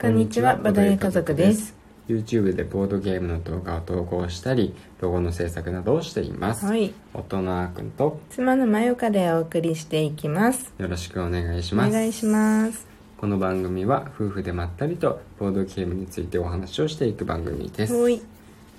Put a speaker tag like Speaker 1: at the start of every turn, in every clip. Speaker 1: こんにちは、ボドゲ家族です。。
Speaker 2: YouTube でボードゲームの動画を投稿したり、ロゴの制作などをしています。
Speaker 1: はい、
Speaker 2: 大人あーくんと
Speaker 1: 妻のまゆかでお送りしていきます。
Speaker 2: よろしくお願いし
Speaker 1: お
Speaker 2: ます。
Speaker 1: 願いします。
Speaker 2: この番組は夫婦でまったりとボードゲームについてお話をしていく番組です。
Speaker 1: ほい、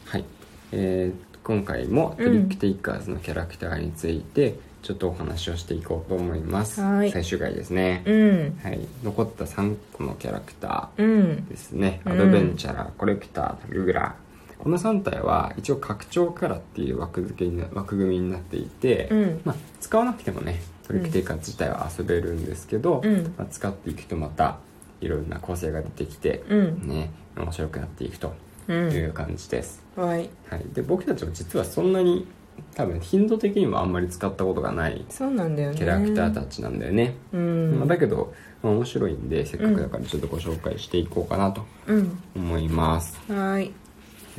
Speaker 2: はい、えー今回もトリックテイカーズのキャラクターについてちょっとお話をしていこうと思います、
Speaker 1: はい
Speaker 2: 最終回ですね、
Speaker 1: うん、
Speaker 2: はい、残った3個のキャラクタ
Speaker 1: う
Speaker 2: ー
Speaker 1: ん、
Speaker 2: ですね、
Speaker 1: うん
Speaker 2: アドベンチャーコレクタールグラーこの3体は一応拡張キャラっていう枠付けにな枠組みになっていて、
Speaker 1: うん
Speaker 2: まあ、使わなくてもねトリックテイカーズ自体は遊べるんですけど、
Speaker 1: うん
Speaker 2: まあ、使っていくとまたいろんな個性が出てきて、
Speaker 1: うん
Speaker 2: ね、面白くなっていくと
Speaker 1: う
Speaker 2: い
Speaker 1: ん、
Speaker 2: う感じです、
Speaker 1: はい。
Speaker 2: はい、で僕たちも実はそんなに多分頻度的にもあんまり使ったことがない
Speaker 1: そうなんだよね。
Speaker 2: キャラクターたちなんだよね、
Speaker 1: うん
Speaker 2: まあ、だけど、まあ面白いんでせっかくだからちょっとご紹介していこうかなと
Speaker 1: うん、
Speaker 2: 思います、
Speaker 1: はい、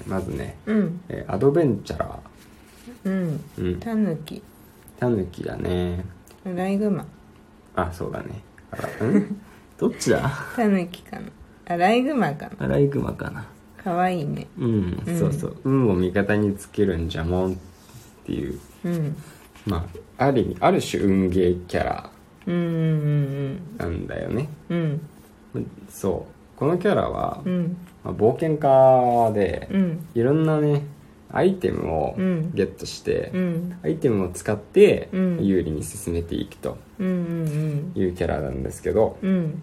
Speaker 2: まずね、
Speaker 1: うん、
Speaker 2: えーアドベンチャラ
Speaker 1: うん、
Speaker 2: ー、うん、
Speaker 1: たぬき、
Speaker 2: タヌキだね
Speaker 1: アライグマ、
Speaker 2: あそうだねあらうん どっちだ
Speaker 1: たぬきかな、アライグマかな、
Speaker 2: アライグマかな
Speaker 1: かわいいね。
Speaker 2: うん、
Speaker 1: うん
Speaker 2: そうそう運を味方につけるんじゃもんっていう
Speaker 1: うん、
Speaker 2: まあある意味ある種運ゲーキャラ
Speaker 1: うん、うん、
Speaker 2: なんだよね
Speaker 1: うん、うん、
Speaker 2: そうこのキャラは、
Speaker 1: うん、
Speaker 2: まあ、冒険家で、
Speaker 1: うん、
Speaker 2: いろんなねアイテムを
Speaker 1: うん
Speaker 2: ゲットして、
Speaker 1: うん、
Speaker 2: アイテムを使って
Speaker 1: うん
Speaker 2: 有利に進めていくと
Speaker 1: うん、うん、
Speaker 2: いうキャラなんですけど、
Speaker 1: うん、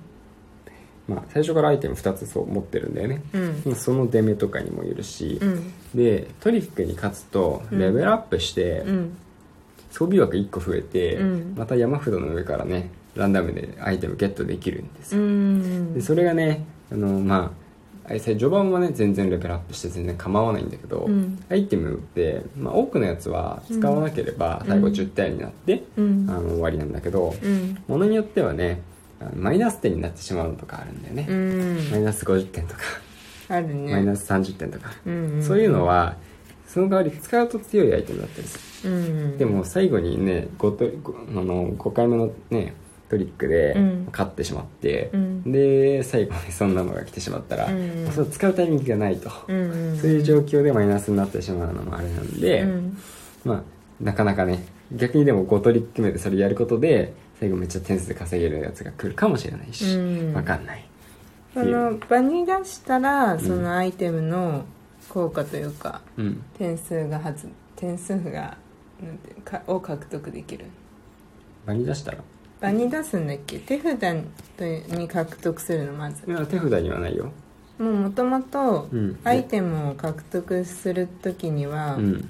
Speaker 2: まあ、最初からアイテム2つそう持ってるんだよね、
Speaker 1: うん、
Speaker 2: その出目とかにもよるし、
Speaker 1: うん、
Speaker 2: でトリックに勝つとレベルアップして、
Speaker 1: うん、
Speaker 2: 装備枠1個増えて、
Speaker 1: うん
Speaker 2: また山札の上からねランダムでアイテムゲットできるんですよ
Speaker 1: う、ん
Speaker 2: でそれがねあのまああれ序盤はね全然レベルアップして全然構わないんだけど、
Speaker 1: うん
Speaker 2: アイテムって、まあ、多くのやつは使わなければ最後
Speaker 1: うん
Speaker 2: 10点になって、
Speaker 1: うん
Speaker 2: あの終わりなんだけど、
Speaker 1: うん
Speaker 2: ものによってはねあのマイナス点になってしまうのとかあるんだよね、
Speaker 1: うん
Speaker 2: マイナス50点とか、
Speaker 1: あるね
Speaker 2: マイナス30点とか、
Speaker 1: うんうん
Speaker 2: そういうのはその代わり使うと強いアイテムだったりする
Speaker 1: うん
Speaker 2: でも最後にね 5, とごあの5回目のねトリックで
Speaker 1: うん
Speaker 2: 勝ってしまって、
Speaker 1: うん
Speaker 2: で最後にそんなのが来てしまったら、
Speaker 1: うん
Speaker 2: もうそれ使うタイミングがないと、
Speaker 1: うんうん
Speaker 2: そういう状況でマイナスになってしまうのもあれなんで、
Speaker 1: うん
Speaker 2: まあなかなかね逆にでも5トリック目でそれやることで最後めっちゃ点数稼げるやつが来るかもしれないし、
Speaker 1: う
Speaker 2: わ
Speaker 1: ん
Speaker 2: かんない
Speaker 1: その場に出したらそのアイテムの効果というか
Speaker 2: うん
Speaker 1: 点数が発点数がなんていうかを獲得できる
Speaker 2: 場に出したら
Speaker 1: 場に出すんだっけ手札とに獲得するのまず
Speaker 2: いや手札にはないよ
Speaker 1: もうもともと
Speaker 2: うん
Speaker 1: アイテムを獲得する時には、
Speaker 2: うん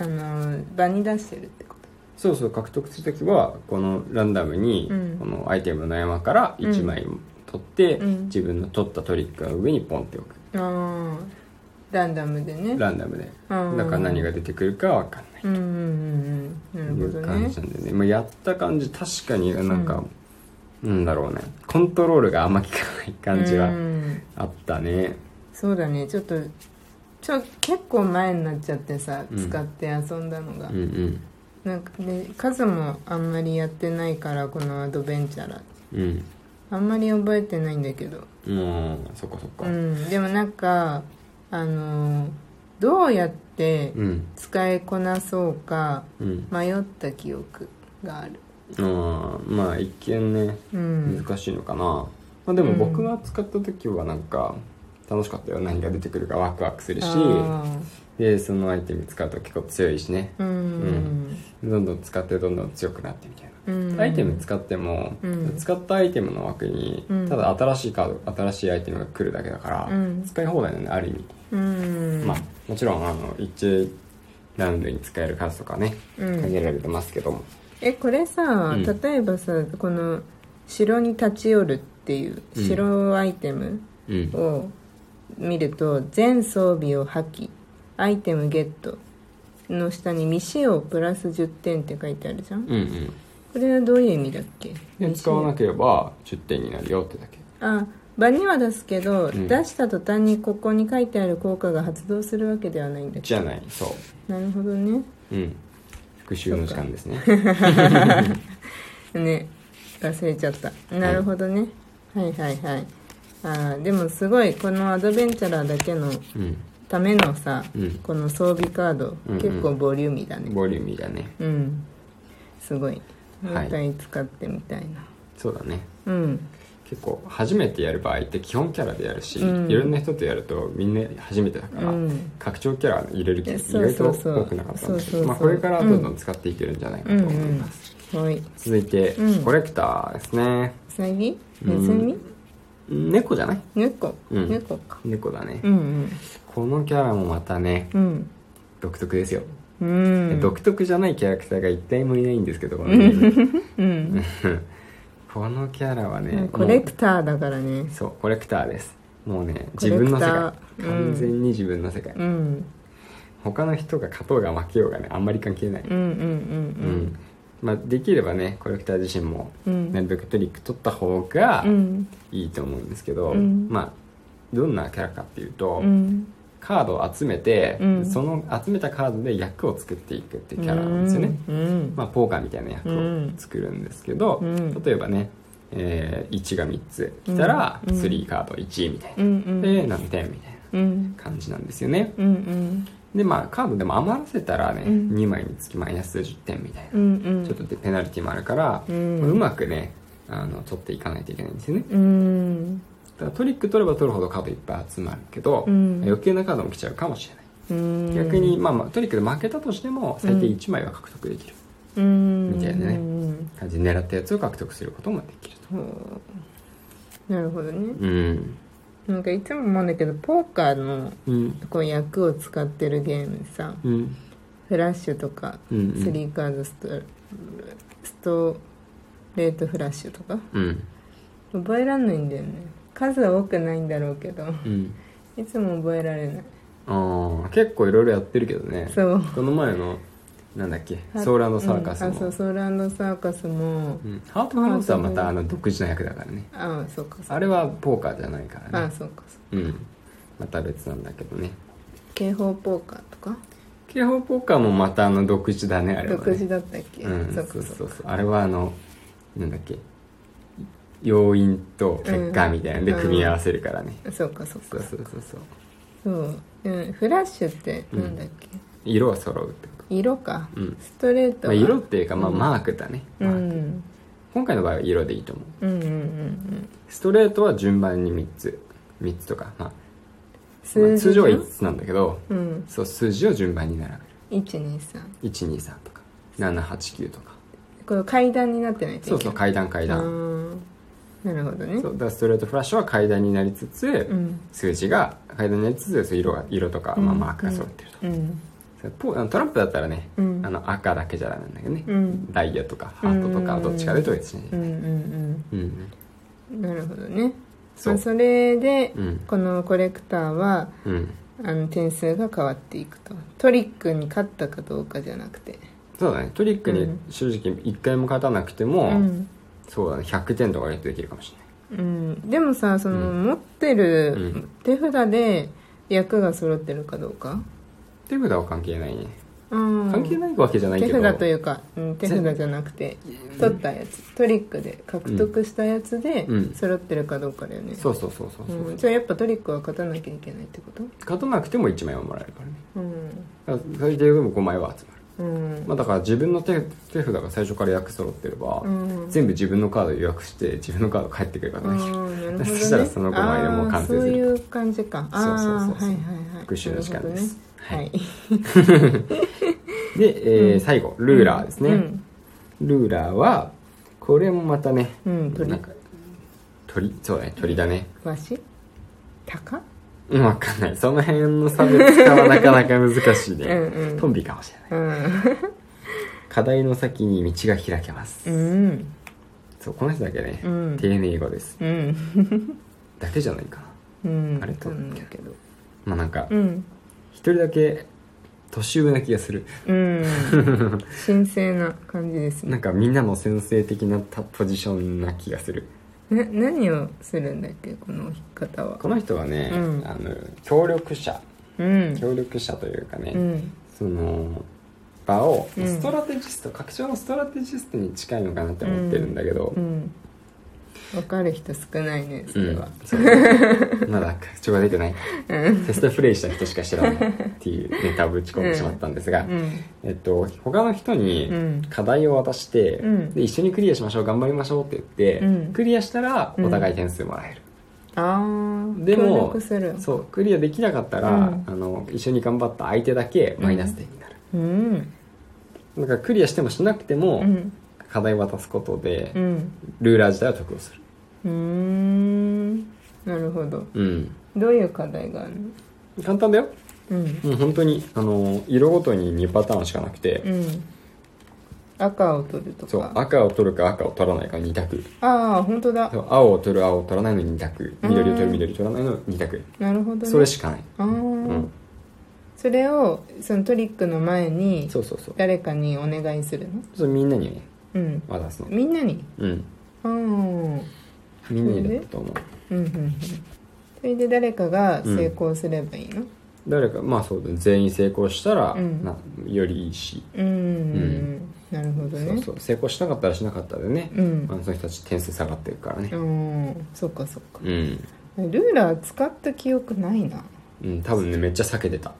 Speaker 1: あの場に出してるってこ
Speaker 2: そうそう獲得するときはこのランダムに
Speaker 1: うん
Speaker 2: このアイテムの山から1枚取って、
Speaker 1: うん
Speaker 2: 自分の取ったトリックの上にポンって置く
Speaker 1: とああランダムでね
Speaker 2: ランダムで
Speaker 1: うん
Speaker 2: だから何が出てくるかわかんない
Speaker 1: うんうんうんうん
Speaker 2: と
Speaker 1: なるほ
Speaker 2: いう
Speaker 1: ど
Speaker 2: 感
Speaker 1: ね
Speaker 2: じなんでねまあやった感じ確かになんか、なんだろうねコントロールがあんま効かない感じ
Speaker 1: う
Speaker 2: は
Speaker 1: ん
Speaker 2: あったね
Speaker 1: そうだねちょっとちょ結構前になっちゃってさ
Speaker 2: うん
Speaker 1: 使って遊んだのが、
Speaker 2: うんうん
Speaker 1: なんかね数もあんまりやってないからこのアドベンチャラ
Speaker 2: うん
Speaker 1: あんまり覚えてないんだけど
Speaker 2: もうそっかそっか
Speaker 1: うんでもなんかあのーどうやって
Speaker 2: うん
Speaker 1: 使いこなそうか
Speaker 2: うん、
Speaker 1: 迷った記憶がある
Speaker 2: あーまあ一見ね
Speaker 1: うん
Speaker 2: 難しいのかな、まあ、でも
Speaker 1: うん
Speaker 2: 僕が使った時はなんか楽しかったよ何が出てくるかワクワクするし
Speaker 1: あ
Speaker 2: でそのアイテム使うと結構強いしね
Speaker 1: ーうん
Speaker 2: どんどん使ってどんどん強くなってみたい
Speaker 1: う
Speaker 2: な、
Speaker 1: ん
Speaker 2: アイテム使っても、
Speaker 1: うん
Speaker 2: 使ったアイテムの枠に、
Speaker 1: うん
Speaker 2: ただ新しいカード新しいアイテムが来るだけだから、
Speaker 1: うん
Speaker 2: 使い放題なんである意味、
Speaker 1: うん
Speaker 2: まあもちろんあの1ラウンドに使える数とかね
Speaker 1: うん
Speaker 2: 限られてますけども、
Speaker 1: えこれさ、
Speaker 2: うん
Speaker 1: 例えばさこの城に立ち寄るっていう
Speaker 2: うん
Speaker 1: 城アイテム
Speaker 2: うん
Speaker 1: を見ると、全装備を破棄アイテムゲットの下に未使用プラス10点って書いてあるじゃん、
Speaker 2: うんうん
Speaker 1: これはどういう意味だっけ
Speaker 2: で
Speaker 1: 未使
Speaker 2: 使
Speaker 1: 用
Speaker 2: わなければ10点になるよってだけ
Speaker 1: あ場には出すけど、
Speaker 2: ん
Speaker 1: 出した途端にここに書いてある効果が発動するわけではないんだっけ
Speaker 2: じゃないそう
Speaker 1: なるほどね
Speaker 2: うん。復習の時間ですね。
Speaker 1: ね忘れちゃったなるほどね、はいはいはいあーでもすごいこのアドベンチャラーだけの
Speaker 2: うん
Speaker 1: ためのさ、
Speaker 2: うん
Speaker 1: この装備カード、
Speaker 2: うんうん
Speaker 1: 結構ボリューミーだね
Speaker 2: ボリューミーだね
Speaker 1: うんすごいも
Speaker 2: はいう
Speaker 1: 一回使ってみたいな、
Speaker 2: そうだね
Speaker 1: うん
Speaker 2: 結構初めてやる場合って基本キャラでやるし、
Speaker 1: うん
Speaker 2: いろんな人とやるとみんな初めてだから、
Speaker 1: うん
Speaker 2: 拡張キャラ入れる
Speaker 1: い
Speaker 2: け
Speaker 1: や
Speaker 2: ど
Speaker 1: そ
Speaker 2: 意
Speaker 1: う
Speaker 2: 外
Speaker 1: そ
Speaker 2: と
Speaker 1: うそう
Speaker 2: 多くなかったんで
Speaker 1: そうそうそう
Speaker 2: まあ、これからどんどん使っていけるんじゃないかと思います、
Speaker 1: はい
Speaker 2: 続いて、
Speaker 1: うん
Speaker 2: コレクターですね
Speaker 1: うさぎ
Speaker 2: う
Speaker 1: ネ
Speaker 2: ん
Speaker 1: ズミ
Speaker 2: 猫じゃない
Speaker 1: 猫、
Speaker 2: うん
Speaker 1: 猫か
Speaker 2: 猫だね、
Speaker 1: うん
Speaker 2: このキャラもまたね
Speaker 1: うん
Speaker 2: 独特ですよ、
Speaker 1: うんうん
Speaker 2: 独特じゃないキャラクターが一体もいないんですけどこのゲーム
Speaker 1: うん
Speaker 2: このキャラはね
Speaker 1: コレク
Speaker 2: も
Speaker 1: ターだからね
Speaker 2: うそうコレクターですもうね
Speaker 1: コ
Speaker 2: 自
Speaker 1: レクター
Speaker 2: 分
Speaker 1: うん
Speaker 2: の世界完全に自分の世界、
Speaker 1: うん
Speaker 2: 他の人が勝とうが負けようがねあんまり関係ない、
Speaker 1: うんうん
Speaker 2: うんまあ、できればねコレクター自身も
Speaker 1: うんうん
Speaker 2: なるべくトリック取った方が
Speaker 1: うん
Speaker 2: いいと思うんですけど、
Speaker 1: うん
Speaker 2: まあどんなキャラかっていうと、
Speaker 1: うん
Speaker 2: カードを集めて、
Speaker 1: うん
Speaker 2: その集めたカードで役を作っていくっていうキャラなんですよね、
Speaker 1: うん
Speaker 2: まあ、ポーカーみたいな役を作るんですけど、
Speaker 1: うん
Speaker 2: 例えばね、えー1が3つ来たら
Speaker 1: うん
Speaker 2: 3カード1みたいな、
Speaker 1: うんうん
Speaker 2: で何点みたいな
Speaker 1: うん
Speaker 2: 感じなんですよね
Speaker 1: うんうん
Speaker 2: でまあカードでも余らせたらね、
Speaker 1: うん
Speaker 2: 2枚につきマイナス10点みたいな、
Speaker 1: うんうん
Speaker 2: ちょっとでペナルティもあるから、
Speaker 1: うん
Speaker 2: まあうまくねあの取っていかないといけないんですよね
Speaker 1: うん
Speaker 2: ただトリック取れば取るほどカードいっぱい集まるけど、
Speaker 1: うん
Speaker 2: 余計なカードも来ちゃうかもしれない
Speaker 1: うん
Speaker 2: 逆に、まあまあ、トリックで負けたとしても最低1枚は獲得できる
Speaker 1: うん
Speaker 2: みたいなね
Speaker 1: うん
Speaker 2: 感じで狙ったやつを獲得することもできると
Speaker 1: ほうなるほどね
Speaker 2: うん、
Speaker 1: なんかいつも思うんだけどポーカーの
Speaker 2: うん
Speaker 1: こう役を使ってるゲームさ
Speaker 2: うん
Speaker 1: フラッシュとか
Speaker 2: うんうん
Speaker 1: スリーカードストストレートフラッシュとか
Speaker 2: うん
Speaker 1: 覚えらんないんだよね数は多くないんだろうけど
Speaker 2: うん
Speaker 1: いつも覚えられない
Speaker 2: ああ結構いろいろやってるけどね
Speaker 1: そう
Speaker 2: この前のなんだっけソーランドサーカス
Speaker 1: うんあそ
Speaker 2: も
Speaker 1: う、ソーランドサーカスも
Speaker 2: うん、ハートファンスはまたあの独自の役だからね
Speaker 1: ああそうかそう
Speaker 2: あれはポーカーじゃないか
Speaker 1: あ
Speaker 2: ら
Speaker 1: あ
Speaker 2: ね
Speaker 1: そうかそう
Speaker 2: うんまた別なんだけどね
Speaker 1: 警報ポーカーとか
Speaker 2: 警報ポーカーもまたあの独自だねあれはね
Speaker 1: 独自だったっけ、
Speaker 2: うん、
Speaker 1: そ
Speaker 2: そうう
Speaker 1: か
Speaker 2: そ
Speaker 1: そうう
Speaker 2: そうあれはあのなんだっけ要因と結果みたいなんで
Speaker 1: うん
Speaker 2: 組み合わせるからね、
Speaker 1: そうかそう
Speaker 2: そう
Speaker 1: か
Speaker 2: そうそうそう
Speaker 1: そう、うん、フラッシュってなんだっけ、
Speaker 2: 色を揃うってこ
Speaker 1: 色か、
Speaker 2: うん
Speaker 1: ストレート
Speaker 2: と、まあ、
Speaker 1: は
Speaker 2: 色っていうか、まあ、
Speaker 1: うん
Speaker 2: マークだね、
Speaker 1: う
Speaker 2: マーク
Speaker 1: ん
Speaker 2: 今回の場合は色でいいと思う
Speaker 1: うんうんうんうん
Speaker 2: ストレートは順番に3つ3つとか、まあ、まあ
Speaker 1: 数字
Speaker 2: 通常
Speaker 1: じゃ
Speaker 2: は
Speaker 1: ん
Speaker 2: 5つなんだけど、
Speaker 1: うん
Speaker 2: そう数字を順番に並
Speaker 1: 123
Speaker 2: べる123とか789とか
Speaker 1: これ階段になってないといけ
Speaker 2: そ
Speaker 1: な
Speaker 2: う
Speaker 1: い
Speaker 2: そう階段階段、
Speaker 1: あーなるほどね
Speaker 2: そうだからストレートフラッシュは階段になりつつ、
Speaker 1: うん
Speaker 2: 数字が階段になりつつそう色が色とか、まあ、
Speaker 1: うん
Speaker 2: マークが揃ってると、
Speaker 1: うん
Speaker 2: ポーあのトランプだったらね、
Speaker 1: うん
Speaker 2: あの赤だけじゃダメなんだけどね、
Speaker 1: うん
Speaker 2: ダイヤとかハートとか
Speaker 1: うん
Speaker 2: どっちかで統一しない
Speaker 1: うんうん
Speaker 2: うん、
Speaker 1: うんなるほどね
Speaker 2: そう
Speaker 1: まあそれで、
Speaker 2: うん
Speaker 1: このコレクターは
Speaker 2: うん、
Speaker 1: あの点数が変わっていくとトリックに勝ったかどうかじゃなくて
Speaker 2: そうだねトリック
Speaker 1: う
Speaker 2: に
Speaker 1: ん
Speaker 2: 正直1回も勝たなくても、
Speaker 1: うん、
Speaker 2: そうだね100点とかゲットできるかもし
Speaker 1: うん、でもさその、
Speaker 2: う
Speaker 1: 持って
Speaker 2: う
Speaker 1: る
Speaker 2: ん
Speaker 1: 手札で役が揃ってるかどうか、
Speaker 2: れない手札は関係ないね
Speaker 1: うん、
Speaker 2: 関係ないわけじゃないけ
Speaker 1: 手
Speaker 2: ど、
Speaker 1: 札というか、うん、手札じゃなくて取ったやつトリックで獲得したやつで
Speaker 2: うん
Speaker 1: 揃ってるかどうかだよね、
Speaker 2: そうそうそうそうそう、
Speaker 1: うんじゃあやっぱトリックは勝たなきゃいけないってこと
Speaker 2: 勝たなくても1枚はもらえるからね
Speaker 1: うん、
Speaker 2: だから最低でも5枚は集まる、
Speaker 1: うん
Speaker 2: まあ、だから自分の手手札が最初から役揃ってれば、
Speaker 1: うん
Speaker 2: 全部自分のカード予約して自分のカード返ってくるか
Speaker 1: あ
Speaker 2: らね、
Speaker 1: ーなるほどね、
Speaker 2: そしたらその子がもう完成する
Speaker 1: あーそういう感じかああ
Speaker 2: そうそうそうそう
Speaker 1: はいはいはい
Speaker 2: 復習の時間で
Speaker 1: なる
Speaker 2: す
Speaker 1: ほどね
Speaker 2: で、えー最後ルーラーですね、
Speaker 1: はい、うん
Speaker 2: ルーラーはこれもまたね、
Speaker 1: うん鳥
Speaker 2: なんか鳥そうだね鳥だね
Speaker 1: わし鷹
Speaker 2: うんわかんないその辺の差別化はなかなか難しいね
Speaker 1: うんうん
Speaker 2: トンビかもしれない
Speaker 1: うん
Speaker 2: 課題の先に道が開けます、
Speaker 1: うん
Speaker 2: そうこの人だけね、
Speaker 1: うん
Speaker 2: 丁寧語です
Speaker 1: うん
Speaker 2: だけじゃないかな
Speaker 1: うん
Speaker 2: あれ
Speaker 1: わかんないけど
Speaker 2: まあなんか
Speaker 1: うん
Speaker 2: 一人だけ年上な気がする
Speaker 1: うん神聖な感じですね
Speaker 2: なんかみんなの先生的なたポジションな気がする
Speaker 1: な何をするんだっけこの方は
Speaker 2: この人はね、
Speaker 1: うん
Speaker 2: あの協力者
Speaker 1: うん
Speaker 2: 協力者というかね、
Speaker 1: うん
Speaker 2: その場を
Speaker 1: うん
Speaker 2: ストラテジスト、拡張のストラテジストに近いのかなって思ってるんだけど、
Speaker 1: うん分かる人少ないねそれは、
Speaker 2: そうまだ拡張ができてないテストプレイした人しか知らないっていうネタをぶち込んでしまったんですが、
Speaker 1: うん
Speaker 2: えっと、他の人に
Speaker 1: うん
Speaker 2: 課題を渡して、
Speaker 1: うん
Speaker 2: で一緒にクリアしましょう頑張りましょうって言って、
Speaker 1: うん
Speaker 2: クリアしたらお互い点数もらえる、
Speaker 1: ああ
Speaker 2: で
Speaker 1: 協
Speaker 2: も
Speaker 1: 力する
Speaker 2: そうクリアできなかったら、
Speaker 1: うん
Speaker 2: あの一緒に頑張った相手だけマイナス点になる、
Speaker 1: うん
Speaker 2: だからクリアしてもしなくて
Speaker 1: う
Speaker 2: も
Speaker 1: ん
Speaker 2: 課題を渡すことで、
Speaker 1: うん
Speaker 2: ルーラー自体は得をする
Speaker 1: うーんなるほど
Speaker 2: うん
Speaker 1: どういう課題があるの
Speaker 2: 簡単だよ
Speaker 1: うん
Speaker 2: もう本当にあの色ごとに2パターンしかなくて、
Speaker 1: うん赤を取ると
Speaker 2: そう
Speaker 1: か
Speaker 2: 赤を取るか赤を取らないか2択
Speaker 1: ああ本当だ
Speaker 2: そう青を取る青を取らないの2択
Speaker 1: うん
Speaker 2: 緑を取る緑を取らないの2択
Speaker 1: なるほどね
Speaker 2: それしかない、
Speaker 1: ああ、
Speaker 2: うん、
Speaker 1: それをそのトリックの前に
Speaker 2: そうそうそう
Speaker 1: 誰かにお願いするの
Speaker 2: そうみんなにね
Speaker 1: うん
Speaker 2: 渡すの
Speaker 1: みんなに
Speaker 2: うん
Speaker 1: ああうん
Speaker 2: みんなにだったと思う
Speaker 1: うんうんそれで誰かが成功すればいいの
Speaker 2: 誰かまあそうだね全員成功したら、
Speaker 1: うん
Speaker 2: なよりいいし、
Speaker 1: うん、ん、なるほど
Speaker 2: そう
Speaker 1: ね
Speaker 2: そう成功しなかったらしなかったでね、
Speaker 1: うん
Speaker 2: あのその人たち点数下がってるからね
Speaker 1: うんそっかそっか
Speaker 2: うん、
Speaker 1: ルーラー使った記憶ないな
Speaker 2: うん、多分ねめっちゃ避けてた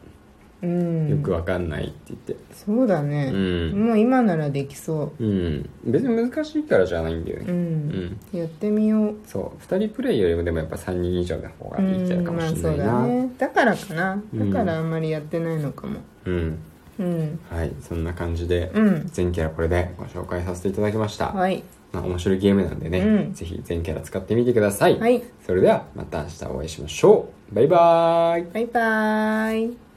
Speaker 1: うん
Speaker 2: よくわかんないって言って
Speaker 1: そうだ
Speaker 2: う
Speaker 1: ね、
Speaker 2: ん、
Speaker 1: もう今ならできそ
Speaker 2: うん、別に難しいからじゃないんだよ
Speaker 1: うう
Speaker 2: ね、うん
Speaker 1: ん、やってみよう
Speaker 2: そう2人プレイよりもでもやっぱ3人以上の方がいいってかもしれないな
Speaker 1: うんまあ
Speaker 2: う
Speaker 1: そうだ
Speaker 2: ん,、
Speaker 1: ねだからかな
Speaker 2: うん
Speaker 1: だからあんまりやってないのかもうん
Speaker 2: はいそんな感じで、
Speaker 1: うん
Speaker 2: 全キャラこれでご紹介させていただきました、
Speaker 1: はい
Speaker 2: まあ、面白いゲームなんでね、
Speaker 1: うん
Speaker 2: ぜひ全キャラ使ってみてください、
Speaker 1: はい
Speaker 2: それではまた明日お会いしましょうバイバーイ
Speaker 1: バイバーイ